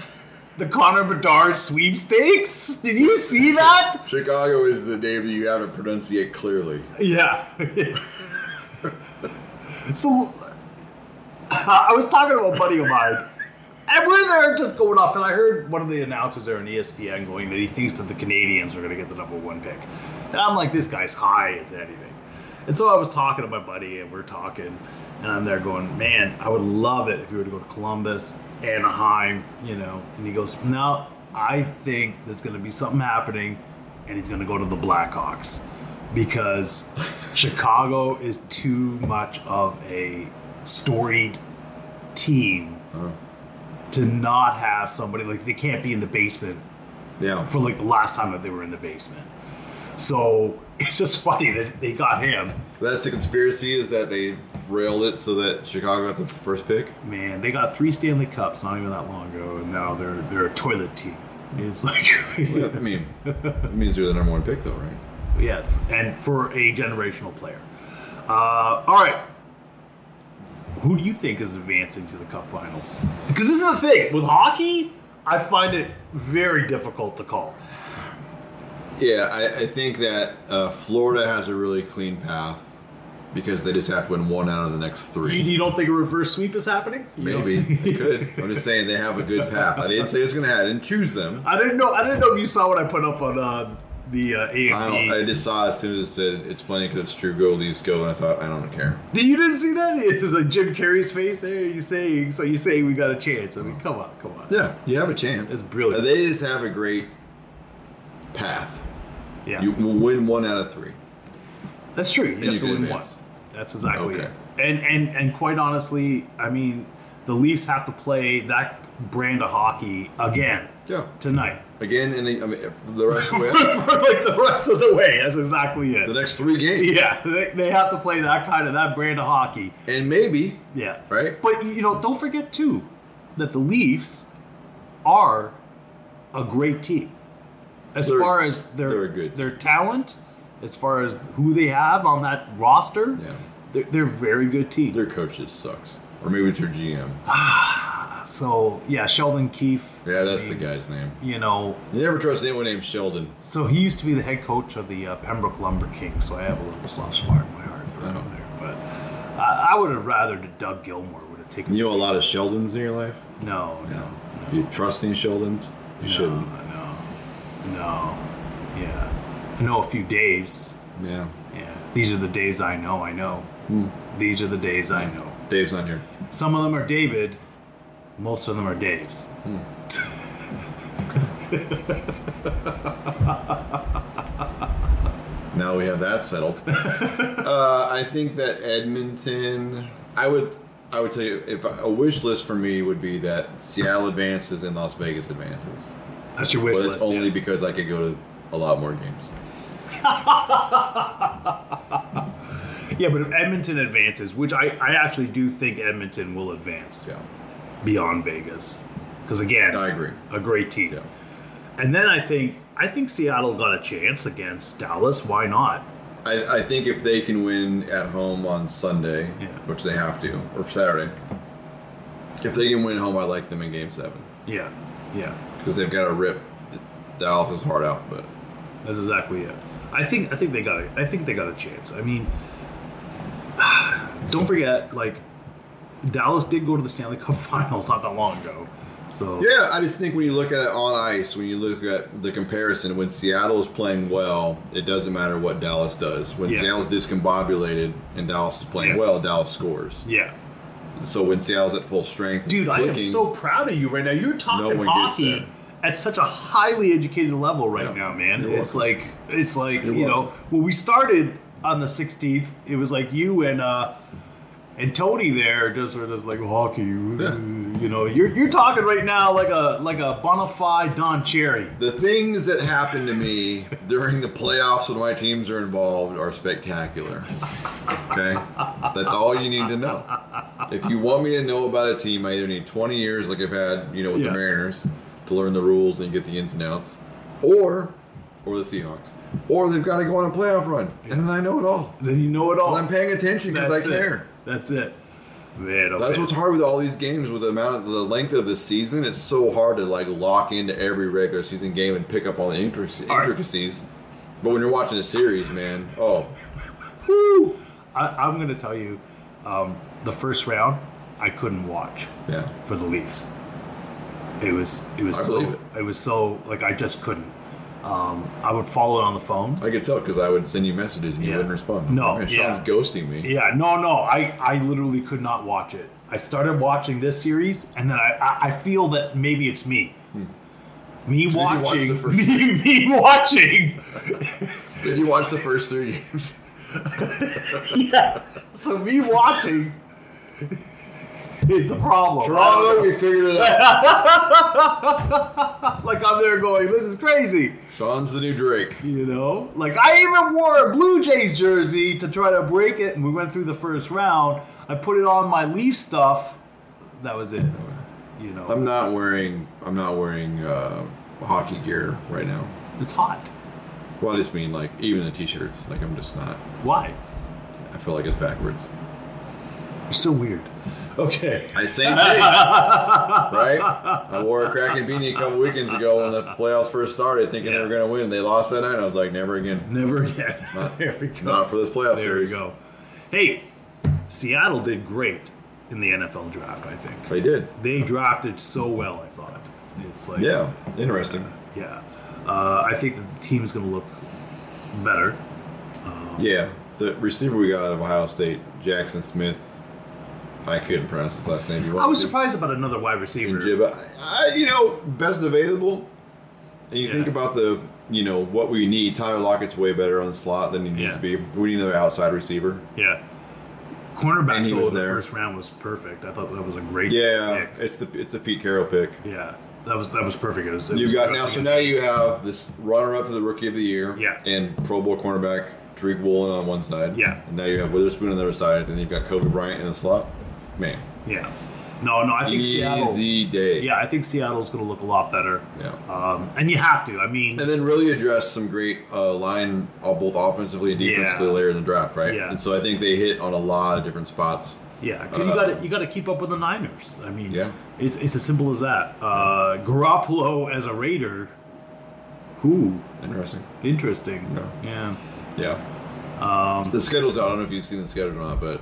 Speaker 3: the Connor Bedard sweepstakes? Did you see that?
Speaker 2: Chicago is the name that you have to pronunciate clearly.
Speaker 3: Yeah. (laughs) so I was talking to a buddy of mine And we're there just going off. And I heard one of the announcers there on E ESPN going that he thinks that the Canadians are going to get the number one pick. And I'm like, this guy's high as anything. And so I was talking to my buddy, and we're talking, and I'm there going, man, I would love it if you were to go to Columbus, Anaheim, you know. And he goes, no, I think there's going to be something happening, and he's going to go to the Blackhawks because Chicago is too much of a storied team to not have somebody like they can't be in the basement
Speaker 2: Yeah.
Speaker 3: for like the last time that they were in the basement. So (laughs) it's just funny that they got him.
Speaker 2: That's the conspiracy is that they railed it so that Chicago got the first pick.
Speaker 3: Man, they got three Stanley Cups not even that long ago, and now they're they're a toilet team. It's like (laughs)
Speaker 2: (laughs) Yeah, I mean, it means you're the number one pick, though, right?
Speaker 3: yeah, and for a generational player. Uh, all right. Who do you think is advancing to the cup finals? Because this is the thing with hockey, I find it very difficult to call.
Speaker 2: Yeah, I, I think that uh, Florida has a really clean path because they just have to win one out of the next
Speaker 3: You, (laughs)
Speaker 2: three.
Speaker 3: you don't think a reverse sweep is happening? You don't-
Speaker 2: Maybe they could. I'm just saying they have a good path. I didn't say it's gonna happen. I didn't choose them.
Speaker 3: (laughs) I didn't know. I didn't know if you saw what I put up on uh, the uh,
Speaker 2: I, don't, I
Speaker 3: AMP.
Speaker 2: just saw as soon as it said it's funny because it's true. Go Leafs go, and I thought I don't care.
Speaker 3: Did you didn't see that? (laughs) It was like Jim Carrey's face there. You saying so? You saying we got a chance? I mean, come on, come on.
Speaker 2: Yeah, you have a chance. Uh,
Speaker 3: It's brilliant.
Speaker 2: They just have a great path.
Speaker 3: Yeah,
Speaker 2: You will win one out of three.
Speaker 3: that's true. You
Speaker 2: you
Speaker 3: have to
Speaker 2: can
Speaker 3: win one.
Speaker 2: advance.
Speaker 3: That's exactly
Speaker 2: Okay.
Speaker 3: it. And and and quite honestly, I mean, the Leafs have to play that brand of hockey again
Speaker 2: Yeah.
Speaker 3: tonight (laughs)
Speaker 2: Again, and the, I mean, the rest of the
Speaker 3: for (laughs)
Speaker 2: way,
Speaker 3: like the rest of the way. That's exactly
Speaker 2: the
Speaker 3: it.
Speaker 2: next three games,
Speaker 3: (laughs) Yeah, they, they have to play that kind of that brand of hockey.
Speaker 2: and maybe
Speaker 3: Yeah.
Speaker 2: Right?
Speaker 3: But you know, don't forget too that the Leafs are a great team. As
Speaker 2: They're-
Speaker 3: far as their
Speaker 2: they're good.
Speaker 3: their talent, as far as who they have on that roster,
Speaker 2: Yeah.
Speaker 3: they're, they're a very good team.
Speaker 2: their coach just sucks, or maybe it's your GM.
Speaker 3: so yeah, Sheldon Keefe.
Speaker 2: Yeah, that's the guy's name.
Speaker 3: You know,
Speaker 2: You never trust anyone named Sheldon.
Speaker 3: so he used to be the head coach of the uh, Pembroke Lumber Kings. So I have a little soft spot in my heart for
Speaker 2: Oh.
Speaker 3: him there. But I, I would have rather that Doug Gilmore would have taken.
Speaker 2: You know a lot of Sheldons in your life.
Speaker 3: No, no,
Speaker 2: If you trust any Sheldons, you shouldn't.
Speaker 3: No, no, yeah. I know a few Daves.
Speaker 2: Yeah.
Speaker 3: Yeah, these are the Daves I know. I know.
Speaker 2: Hmm.
Speaker 3: These are the Daves I know.
Speaker 2: Dave's not here.
Speaker 3: Some of them are David. Most of them are Daves.
Speaker 2: Now we have that
Speaker 3: (laughs)
Speaker 2: settled. uh, I think that Edmonton. I would. I would tell you if a wish list for me would be that Seattle advances and Las Vegas advances.
Speaker 3: That's your wish
Speaker 2: But
Speaker 3: list.
Speaker 2: it's only
Speaker 3: yeah.
Speaker 2: because I could go to a lot more games.
Speaker 3: yeah, but if Edmonton advances, which I, I actually do think Edmonton will advance
Speaker 2: Yeah,
Speaker 3: beyond Vegas, because again,
Speaker 2: I agree.
Speaker 3: a great team.
Speaker 2: Yeah,
Speaker 3: And then I think I think Seattle got a chance against Dallas. Why not?
Speaker 2: I, I think if they can win at home on Sunday,
Speaker 3: Yeah.
Speaker 2: which they have to, or Saturday, if they can win at home, I like them in Game Seven
Speaker 3: Yeah, yeah.
Speaker 2: because they've got to rip D- Dallas's heart out. But
Speaker 3: That's exactly it. I think I think they got it. I think they got a chance. I mean, (sighs) don't forget, like Dallas did go to the Stanley Cup (laughs) Finals not that long ago. So
Speaker 2: yeah, I just think when you look at it on ice, when you look at the comparison, when Seattle is playing well, it doesn't matter what Dallas does. When
Speaker 3: Yeah.
Speaker 2: Seattle's discombobulated and Dallas is playing
Speaker 3: Yeah.
Speaker 2: well, Dallas scores.
Speaker 3: yeah.
Speaker 2: So when Seattle's at full strength, and
Speaker 3: dude, I am
Speaker 2: clicking-
Speaker 3: so proud of you right now. You're talking
Speaker 2: one gets
Speaker 3: hockey
Speaker 2: that.
Speaker 3: at such a highly educated level right
Speaker 2: Yeah.
Speaker 3: now, man.
Speaker 2: You're
Speaker 3: it's like it's like
Speaker 2: You're
Speaker 3: you know
Speaker 2: welcome.
Speaker 3: when we started on the 16th, it was like you and uh and Tony there just were just like hockey. You know, you're you're talking right now like a like a bona fide Don Cherry.
Speaker 2: The things that happen to me during the playoffs when my teams are involved are spectacular. Okay? That's all you need to know. If you want me to know about a team, I either need 20 years, like I've had, you know, with
Speaker 3: Yeah.
Speaker 2: the Mariners, to learn the rules and get the ins and outs, or, or the Seahawks, or they've got to go on a playoff run, and then I know it all.
Speaker 3: Then you know it all.
Speaker 2: I'm paying attention because I
Speaker 3: it.
Speaker 2: care.
Speaker 3: That's it. Man, oh,
Speaker 2: That's
Speaker 3: man.
Speaker 2: what's hard with all these games with the amount of the length of the season. It's so hard to like lock into every regular season game and pick up all the intric-
Speaker 3: All right.
Speaker 2: intricacies. But when you're watching a series, man, oh,
Speaker 3: Woo! I, I'm gonna tell you, um, the first round I couldn't watch
Speaker 2: yeah,
Speaker 3: for the Leafs. It was it was
Speaker 2: I
Speaker 3: so
Speaker 2: believe
Speaker 3: it. was so like I just couldn't. Um, I would follow it on the phone.
Speaker 2: I could tell because I would send you messages and you
Speaker 3: Yeah.
Speaker 2: wouldn't respond.
Speaker 3: No,
Speaker 2: Man,
Speaker 3: yeah.
Speaker 2: Sean's ghosting me.
Speaker 3: Yeah, no, no, I I literally could not watch it. I started watching this series, and then I I, I feel that maybe it's me. Me
Speaker 2: Hmm. watch the
Speaker 3: watching,
Speaker 2: first
Speaker 3: (laughs) me, me watching.
Speaker 2: Did you watch the first three games?
Speaker 3: yeah. So me watching (laughs) is the problem.
Speaker 2: Toronto, (laughs) we figured it
Speaker 3: (laughs)
Speaker 2: out.
Speaker 3: Like I'm there going, this is crazy.
Speaker 2: Sean's the new Drake.
Speaker 3: You know? Like I even wore a Blue Jays jersey to try to break it, and we went through the first round. I put it on my Leaf stuff. That was it. You know.
Speaker 2: I'm not wearing. I'm not wearing uh, hockey gear right now.
Speaker 3: it's hot.
Speaker 2: Well, I just mean like even the t-shirts. Like I'm just not.
Speaker 3: Why?
Speaker 2: I feel like it's backwards.
Speaker 3: You're so weird. Okay.
Speaker 2: I same thing,
Speaker 3: (laughs)
Speaker 2: right? I wore a Kraken beanie a couple weekends ago when the playoffs first started, thinking they
Speaker 3: Yeah.
Speaker 2: were going to win. They lost that night. I was like, never again.
Speaker 3: Never again.
Speaker 2: (laughs) Not-
Speaker 3: there we go.
Speaker 2: Not for this playoff
Speaker 3: there we
Speaker 2: series.
Speaker 3: go. Hey, Seattle did great in the NFL draft, I think.
Speaker 2: They did.
Speaker 3: they drafted so well. I thought it's like
Speaker 2: Yeah, interesting.
Speaker 3: yeah. Uh, I think that the team's going to look better.
Speaker 2: Yeah, the receiver we got out of Ohio State, Jackson Smith. I couldn't pronounce his last name. You
Speaker 3: I was
Speaker 2: want to-
Speaker 3: surprised about another wide receiver.
Speaker 2: Jib, I, I, you know, best available. And you think
Speaker 3: Yeah.
Speaker 2: about the, you know, what we need. Tyler Lockett's way better on the slot than he needs
Speaker 3: Yeah.
Speaker 2: to be. We need another outside receiver.
Speaker 3: Yeah,
Speaker 2: And
Speaker 3: cornerback
Speaker 2: he
Speaker 3: though
Speaker 2: was
Speaker 3: in the
Speaker 2: there.
Speaker 3: first round was perfect. I thought that was a great
Speaker 2: Yeah,
Speaker 3: pick.
Speaker 2: it's the it's a Pete Carroll pick.
Speaker 3: Yeah, that was that was perfect. It was, it
Speaker 2: You've
Speaker 3: was
Speaker 2: got now, so
Speaker 3: impressive.
Speaker 2: now you have this runner-up to the Rookie of the Year,
Speaker 3: Yeah.
Speaker 2: and Pro Bowl cornerback Tariq Woolen on one side,
Speaker 3: Yeah.
Speaker 2: and now you have Witherspoon on the other side, and then you've got Kobe Bryant in the slot. Man,
Speaker 3: yeah. No, no, I think
Speaker 2: easy
Speaker 3: Seattle.
Speaker 2: day.
Speaker 3: Yeah, I think Seattle's going to look a lot better.
Speaker 2: yeah.
Speaker 3: Um, and you have to. I mean,
Speaker 2: And then really address some great uh, line, uh, both offensively and defensively,
Speaker 3: Yeah.
Speaker 2: later in the draft, right?
Speaker 3: Yeah.
Speaker 2: And so I think they hit on a lot of different spots.
Speaker 3: Yeah, because you
Speaker 2: Uh,
Speaker 3: got to you got to keep up with the Niners. I mean,
Speaker 2: Yeah.
Speaker 3: it's, it's as simple as that. Uh, Garoppolo as a Raider, who
Speaker 2: Interesting.
Speaker 3: interesting. Yeah,
Speaker 2: Yeah. Um, the schedule's out. I don't know if you've seen the schedule or not, but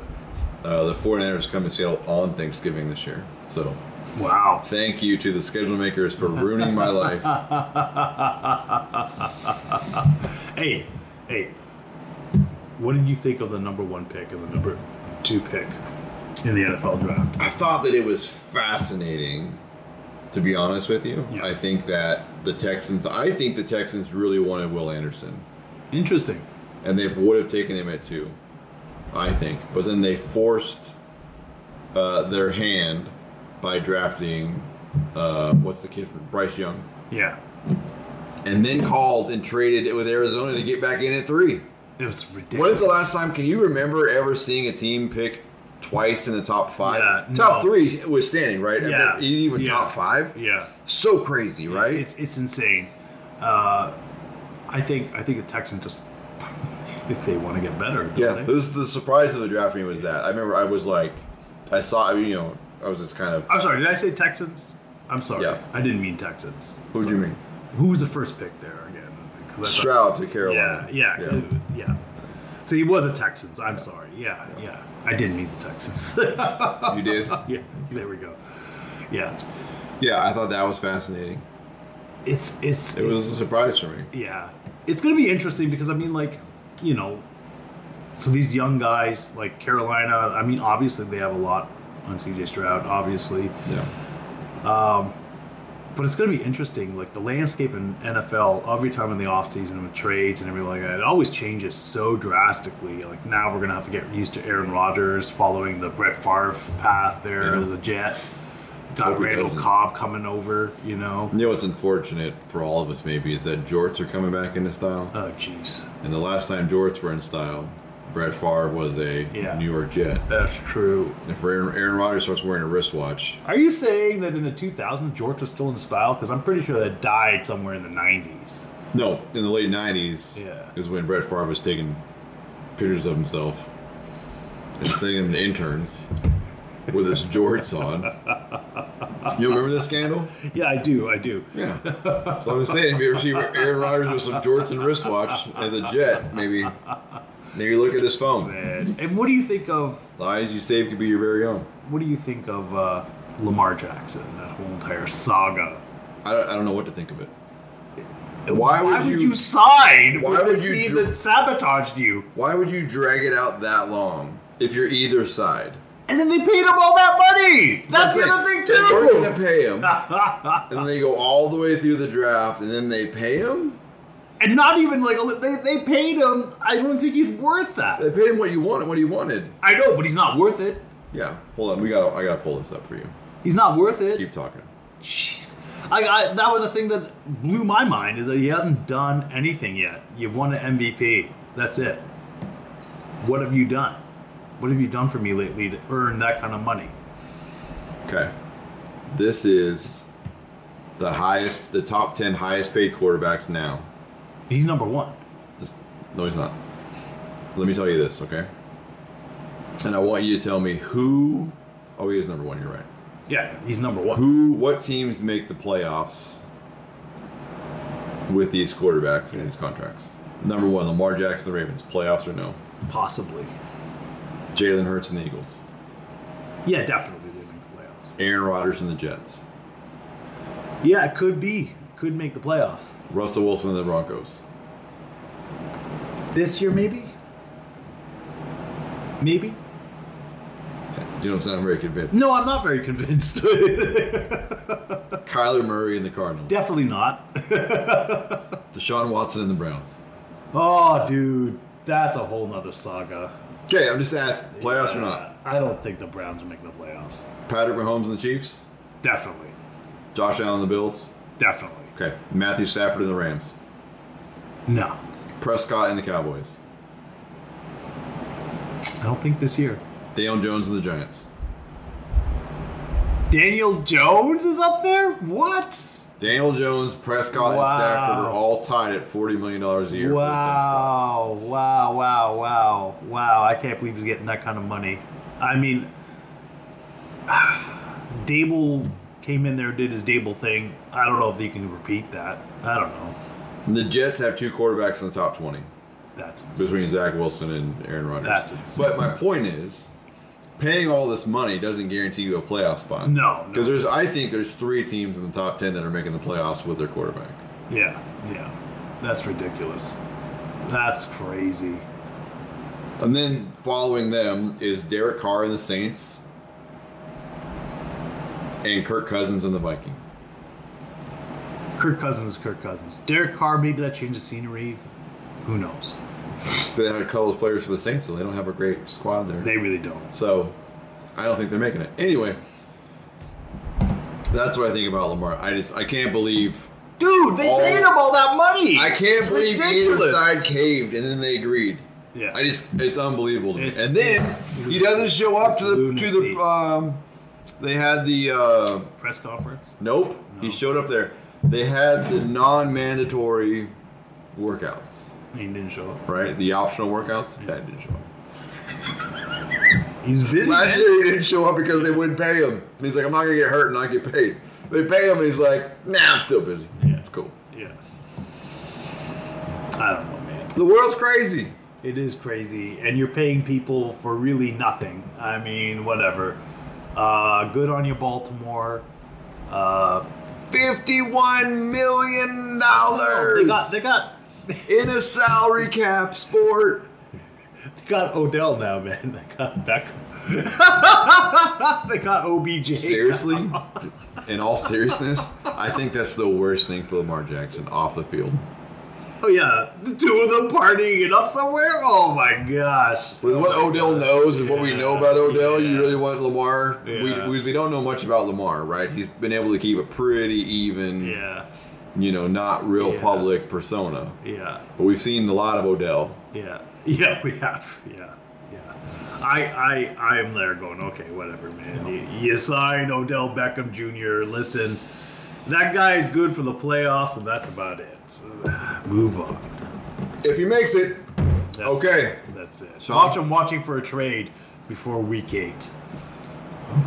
Speaker 2: uh, the 49ers come to Seattle on Thanksgiving this year. So
Speaker 3: wow.
Speaker 2: thank you to the schedule makers for ruining my life.
Speaker 3: (laughs) Hey, hey, what did you think of the number one pick and the number two pick in the NFL draft?
Speaker 2: I thought that it was fascinating. To be honest with you,
Speaker 3: Yeah.
Speaker 2: I think that the Texans. I think the Texans really wanted Will Anderson.
Speaker 3: Interesting.
Speaker 2: and they would have taken him at two, I think. But then they forced uh, their hand by drafting uh, what's the kid from Bryce Young,
Speaker 3: Yeah,
Speaker 2: and then called and traded with Arizona to get back in at three.
Speaker 3: it was ridiculous.
Speaker 2: When's the last time can you remember ever seeing a team pick twice in the top five?
Speaker 3: Yeah,
Speaker 2: top
Speaker 3: no.
Speaker 2: three was standing right,
Speaker 3: Yeah,
Speaker 2: even
Speaker 3: yeah.
Speaker 2: top five.
Speaker 3: Yeah,
Speaker 2: So crazy, right?
Speaker 3: it's it's insane. Uh, I think I think the Texans just (laughs) if they want to get better. don't
Speaker 2: Yeah,
Speaker 3: they?
Speaker 2: it was the surprise of the draft for me was that. I remember I was like, I saw, I mean, you know, I was just kind of.
Speaker 3: I'm sorry, did I say Texans? I'm sorry.
Speaker 2: Yeah.
Speaker 3: I didn't mean Texans.
Speaker 2: Who do you
Speaker 3: Sorry.
Speaker 2: mean?
Speaker 3: Who was the first pick there again? 'Cause I thought-
Speaker 2: Stroud to Carolina.
Speaker 3: Yeah, yeah, yeah, yeah. So he was a Texans. I'm sorry. Yeah, yeah, I didn't mean the Texans. (laughs)
Speaker 2: You did?
Speaker 3: yeah, there we go. Yeah.
Speaker 2: Yeah, I thought that was fascinating.
Speaker 3: It's it's
Speaker 2: It was a surprise for me.
Speaker 3: yeah. It's going to be interesting because I mean like, you know, so these young guys like Carolina, I mean obviously they have a lot on CJ Stroud, obviously.
Speaker 2: Yeah.
Speaker 3: But it's going to be interesting. Like the landscape in NFL, every time in the offseason with trades and everything like that, it always changes so drastically. Like now we're going to have to get used to Aaron Rodgers following the Brett Favre path there,
Speaker 2: Yeah.
Speaker 3: the Jet.
Speaker 2: Hope
Speaker 3: Got
Speaker 2: he
Speaker 3: Randall
Speaker 2: doesn't.
Speaker 3: Cobb coming over, you know.
Speaker 2: You know what's unfortunate for all of us maybe is that jorts are coming back into style.
Speaker 3: Oh, jeez.
Speaker 2: And the last time jorts were in style, Brett Favre was a
Speaker 3: Yeah.
Speaker 2: New York Jet.
Speaker 3: That's true.
Speaker 2: And if Aaron, Aaron Rodgers starts wearing a wristwatch,
Speaker 3: Are you saying that in the 2000s, George was still in style? Because I'm pretty sure that died somewhere in the 90s.
Speaker 2: no, in the late 90s
Speaker 3: Yeah.
Speaker 2: is when Brett Favre was taking pictures of himself and sending them to interns with his jorts on. You remember this scandal?
Speaker 3: Yeah, I do. I do.
Speaker 2: Yeah. So I'm just saying, if you ever see Aaron Rodgers with some jorts and wristwatch as a jet, maybe maybe look at his phone.
Speaker 3: And, and what do you think of
Speaker 2: The eyes you save could be your very own.
Speaker 3: What do you think of uh, Lamar Jackson, that whole entire saga.
Speaker 2: I don't, I don't know what to think of it. Why would,
Speaker 3: Why would
Speaker 2: you,
Speaker 3: you, side
Speaker 2: why
Speaker 3: with
Speaker 2: would
Speaker 3: the
Speaker 2: you
Speaker 3: team
Speaker 2: dr-
Speaker 3: that sabotaged you?
Speaker 2: Why would you drag it out that long if you're either side?
Speaker 3: And then they paid him all that money. That's the other thing
Speaker 2: We're gonna
Speaker 3: too.
Speaker 2: pay him, and then they go all the way through the draft, and then they pay him.
Speaker 3: (laughs) and not even like a- they, they paid him. I don't think he's worth that.
Speaker 2: They paid him what you wanted. What he wanted.
Speaker 3: I know, but he's not worth it.
Speaker 2: Yeah. Hold on. We got. to I gotta pull this up for you.
Speaker 3: He's not worth it.
Speaker 2: Keep talking.
Speaker 3: Jeez. I, I, that was the thing that blew my mind is that he hasn't done anything yet. You've won an MVP. That's it. What have you done? What have you done for me lately to earn that kind of money?
Speaker 2: Okay. This is the highest, the top ten highest paid quarterbacks now.
Speaker 3: He's number one.
Speaker 2: Just, no, he's not. Let me tell you this, okay? And I want you to tell me who. Oh, he is number one. You're right.
Speaker 3: Yeah, he's number one.
Speaker 2: Who? What teams make the playoffs with these quarterbacks and these contracts? Number one, Lamar Jackson, the Ravens. Playoffs or no?
Speaker 3: Possibly.
Speaker 2: Jalen Hurts and the Eagles.
Speaker 3: Yeah, definitely will make the playoffs.
Speaker 2: Aaron Rodgers and the Jets.
Speaker 3: Yeah, it could be. Could make the playoffs.
Speaker 2: Russell Wilson and the Broncos.
Speaker 3: This year, maybe? Maybe?
Speaker 2: You don't sound very convinced.
Speaker 3: No, I'm not very (laughs) convinced.
Speaker 2: Kyler Murray and the Cardinals.
Speaker 3: definitely not.
Speaker 2: Deshaun Watson and the Browns.
Speaker 3: Oh, dude. That's a whole nother saga.
Speaker 2: Okay, I'm just asking, playoffs or not?
Speaker 3: I don't think the Browns are making the playoffs.
Speaker 2: Patrick Mahomes and the Chiefs.
Speaker 3: Definitely.
Speaker 2: Josh Allen and the Bills.
Speaker 3: Definitely.
Speaker 2: Okay, Matthew Stafford and the Rams.
Speaker 3: No.
Speaker 2: Prescott and the Cowboys.
Speaker 3: I don't think this year.
Speaker 2: Daniel Jones and the Giants.
Speaker 3: Daniel Jones is up there? What?
Speaker 2: Daniel Jones, Prescott, and
Speaker 3: Wow.
Speaker 2: Stafford are all tied at forty million dollars a year. for the 10th spot.
Speaker 3: Wow, wow, wow, wow, wow. I can't believe he's getting that kind of money. I mean, (sighs) Dable came in there, did his Dable thing. I don't know if they can repeat that. I don't know.
Speaker 2: And The Jets have two quarterbacks in the top twenty
Speaker 3: That's insane.
Speaker 2: between Zach Wilson and Aaron Rodgers.
Speaker 3: That's insane.
Speaker 2: but my point is, paying all this money doesn't guarantee you a playoff spot.
Speaker 3: No, no.
Speaker 2: because there's I think there's three teams in the top ten that are making the playoffs with their quarterback.
Speaker 3: Yeah, yeah. That's ridiculous. That's crazy.
Speaker 2: And then following them is Derek Carr and the Saints, and Kirk Cousins and the Vikings.
Speaker 3: Kirk Cousins, is Kirk Cousins. Derek Carr, maybe that changes scenery. Who knows?
Speaker 2: They had a couple of players for the Saints, so they don't have a great squad there.
Speaker 3: They really don't.
Speaker 2: So I don't think they're making it. Anyway, that's what I think about Lamar. I just I can't believe
Speaker 3: Dude, they
Speaker 2: All-
Speaker 3: paid him all that money.
Speaker 2: Oh. I can't
Speaker 3: It's
Speaker 2: believe either side
Speaker 3: ridiculous.
Speaker 2: caved and then they agreed.
Speaker 3: Yeah.
Speaker 2: I just it's unbelievable. To me.
Speaker 3: It's-
Speaker 2: and then
Speaker 3: it's
Speaker 2: he doesn't show up
Speaker 3: it's
Speaker 2: to the to
Speaker 3: lunacy.
Speaker 2: the um they had the uh
Speaker 3: press conference.
Speaker 2: nope, he showed up there. They had the non-mandatory workouts,
Speaker 3: He didn't show up.
Speaker 2: right? The optional workouts. That didn't show up.
Speaker 3: He was busy.
Speaker 2: Last
Speaker 3: man.
Speaker 2: year he didn't show up because they wouldn't pay him. And he's like, I'm not gonna get hurt and not get paid. They pay him and he's like, Nah, I'm still busy.
Speaker 3: Yeah.
Speaker 2: It's cool.
Speaker 3: Yeah. I don't know, man.
Speaker 2: The world's crazy.
Speaker 3: It is crazy, and you're paying people for really nothing. I mean, whatever. Uh, good on you, Baltimore. Uh,
Speaker 2: Fifty-one million
Speaker 3: they
Speaker 2: dollars
Speaker 3: got Oh, they got
Speaker 2: in a salary cap
Speaker 3: (laughs)
Speaker 2: sport.
Speaker 3: they got Odell now, man. (laughs) They got Beckham. they got OBJ.
Speaker 2: Seriously?
Speaker 3: (laughs)
Speaker 2: In all seriousness, I think that's the worst thing for Lamar Jackson off the field.
Speaker 3: Oh yeah, the two of them partying it up somewhere. Oh my gosh.
Speaker 2: With what
Speaker 3: uh,
Speaker 2: Odell knows and what we know about Odell, you really want Lamar.
Speaker 3: Yeah.
Speaker 2: We, we don't know much about Lamar, right? He's been able to keep a pretty even.
Speaker 3: Yeah,
Speaker 2: you know, not real
Speaker 3: Yeah.
Speaker 2: public persona.
Speaker 3: yeah.
Speaker 2: But we've seen a lot of Odell.
Speaker 3: Yeah, yeah, we have. Yeah, yeah. I, I, I am there going. Okay, whatever, man. You, you sign Odell Beckham Jr. Listen, that guy is good for the playoffs, and that's about it. (sighs) Move on.
Speaker 2: If he makes it,
Speaker 3: That's
Speaker 2: okay.
Speaker 3: that's it.
Speaker 2: So-
Speaker 3: Watch, I'm watching for a trade before
Speaker 2: (laughs)
Speaker 3: week eight.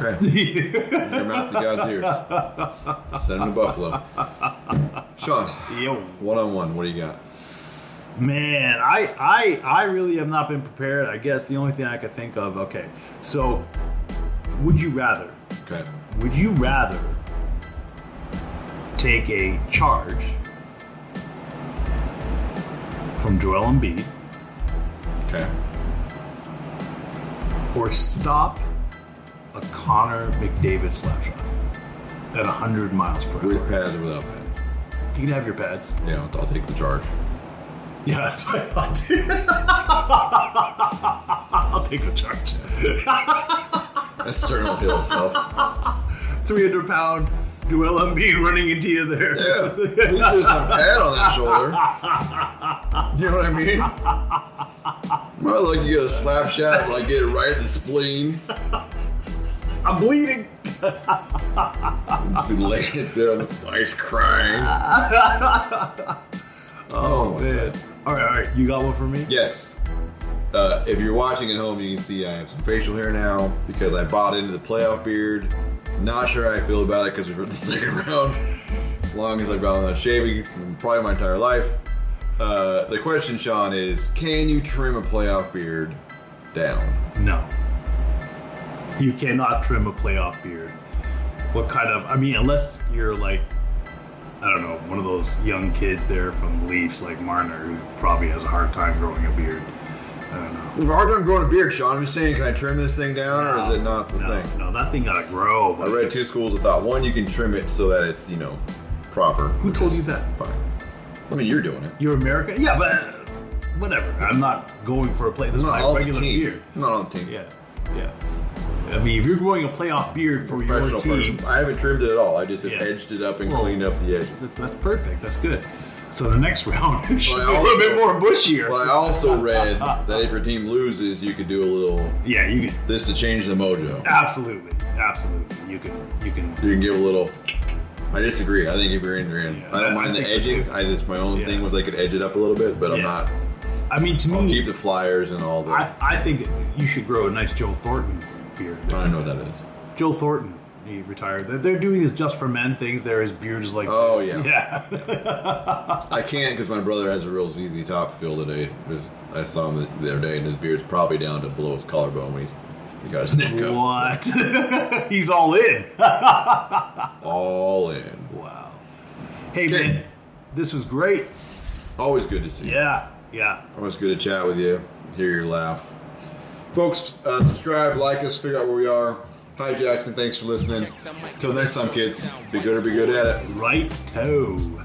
Speaker 2: Okay. Your mouth to God's ears. Send him to Buffalo. Sean,
Speaker 3: Yo,
Speaker 2: one on one, what do you got?
Speaker 3: man, I, I, I really have not been prepared. I guess the only thing I could think of. Okay, so would you rather?
Speaker 2: Okay.
Speaker 3: Would you rather take a charge from Joel Embiid
Speaker 2: Okay.
Speaker 3: or stop a Connor McDavid slap shot at 100 miles per hour?
Speaker 2: With pads or without pads?
Speaker 3: You can have your pads.
Speaker 2: Yeah, I'll, I'll take the charge.
Speaker 3: Yeah, that's what I thought too. (laughs) I'll take the charge.
Speaker 2: That's sternal hill stuff.
Speaker 3: 300 pound Joel Embiid running into you there.
Speaker 2: Yeah. At least there's not a pad on that shoulder. You know what I mean? More like you get a slap shot, like get it right in the spleen.
Speaker 3: (laughs) I'm bleeding.
Speaker 2: Just be laying there on the ice crying. oh, what's that?
Speaker 3: All right, all right. You got one for me?
Speaker 2: Yes. Uh, if you're watching at home, you can see I have some facial hair now because I bought into the playoff beard. Not sure how I feel about it because we're in the (laughs) second round. As long as I've gone without shaving, probably my entire life. Uh, the question, Sean, is can you trim a playoff beard down?
Speaker 3: No. You cannot trim a playoff beard. What kind of? I mean, unless you're like, I don't know, one of those young kids there from the Leafs, like Marner, who probably has a hard time growing a beard. I don't know.
Speaker 2: I have a hard time growing a beard, Sean. I'm just saying, can I trim this thing down or is it not the
Speaker 3: no,
Speaker 2: thing?
Speaker 3: No, that thing gotta grow.
Speaker 2: I read two schools of thought. One, you can trim it so that it's, you know, proper.
Speaker 3: Who told you that?
Speaker 2: Fine. I mean, you're doing it.
Speaker 3: You're American? Yeah, but uh, whatever. I'm not going for a play. This is
Speaker 2: Not
Speaker 3: my
Speaker 2: on the
Speaker 3: regular
Speaker 2: team.
Speaker 3: beard.
Speaker 2: Not on the team.
Speaker 3: Yeah, yeah. I mean, if you're growing a playoff beard for your
Speaker 2: professional
Speaker 3: team,
Speaker 2: person. I haven't trimmed it at all. I just have
Speaker 3: Yeah.
Speaker 2: edged it up and
Speaker 3: Well,
Speaker 2: cleaned up the edges.
Speaker 3: that's, that's perfect. That's good. So the next (laughs) round should be
Speaker 2: I
Speaker 3: a little
Speaker 2: also-
Speaker 3: bit more bushier.
Speaker 2: But I
Speaker 3: (laughs)
Speaker 2: also read that if your team loses, you could do a little
Speaker 3: yeah, you can
Speaker 2: this to change the mojo.
Speaker 3: absolutely, absolutely. You can, you can.
Speaker 2: You can give a little. I disagree. I think if you're in, you're in.
Speaker 3: Yeah,
Speaker 2: I don't
Speaker 3: I-
Speaker 2: mind
Speaker 3: I
Speaker 2: the
Speaker 3: think so
Speaker 2: edging.
Speaker 3: too.
Speaker 2: I just my own
Speaker 3: Yeah.
Speaker 2: thing was I could edge it up a little bit, but I'm
Speaker 3: Yeah.
Speaker 2: not.
Speaker 3: I mean, to
Speaker 2: I'll
Speaker 3: me,
Speaker 2: keep the flyers and all the. I,
Speaker 3: I, I think you should grow a nice Joe Thornton beard.
Speaker 2: don't know what that is.
Speaker 3: Joe Thornton, he retired. They're- They're doing this just for men things. There, his beard is like.
Speaker 2: Oh,
Speaker 3: this.
Speaker 2: yeah.
Speaker 3: yeah.
Speaker 2: I can't because my brother has a real ZZ Top feel today. There's- I saw him the- the other day, and his beard's probably down to below his collarbone when he's he got his neck up. so
Speaker 3: (laughs) What? (laughs) He's all in.
Speaker 2: all in.
Speaker 3: Wow. Hey,
Speaker 2: Okay.
Speaker 3: man, this was great.
Speaker 2: Always good to see. you.
Speaker 3: Yeah, yeah.
Speaker 2: Always good to chat with you, hear your laugh. Folks, uh, subscribe, like us, figure out where we are. Hi, Jackson. Thanks for listening. Till next time, kids. Be good or be good at it.
Speaker 3: Right toe.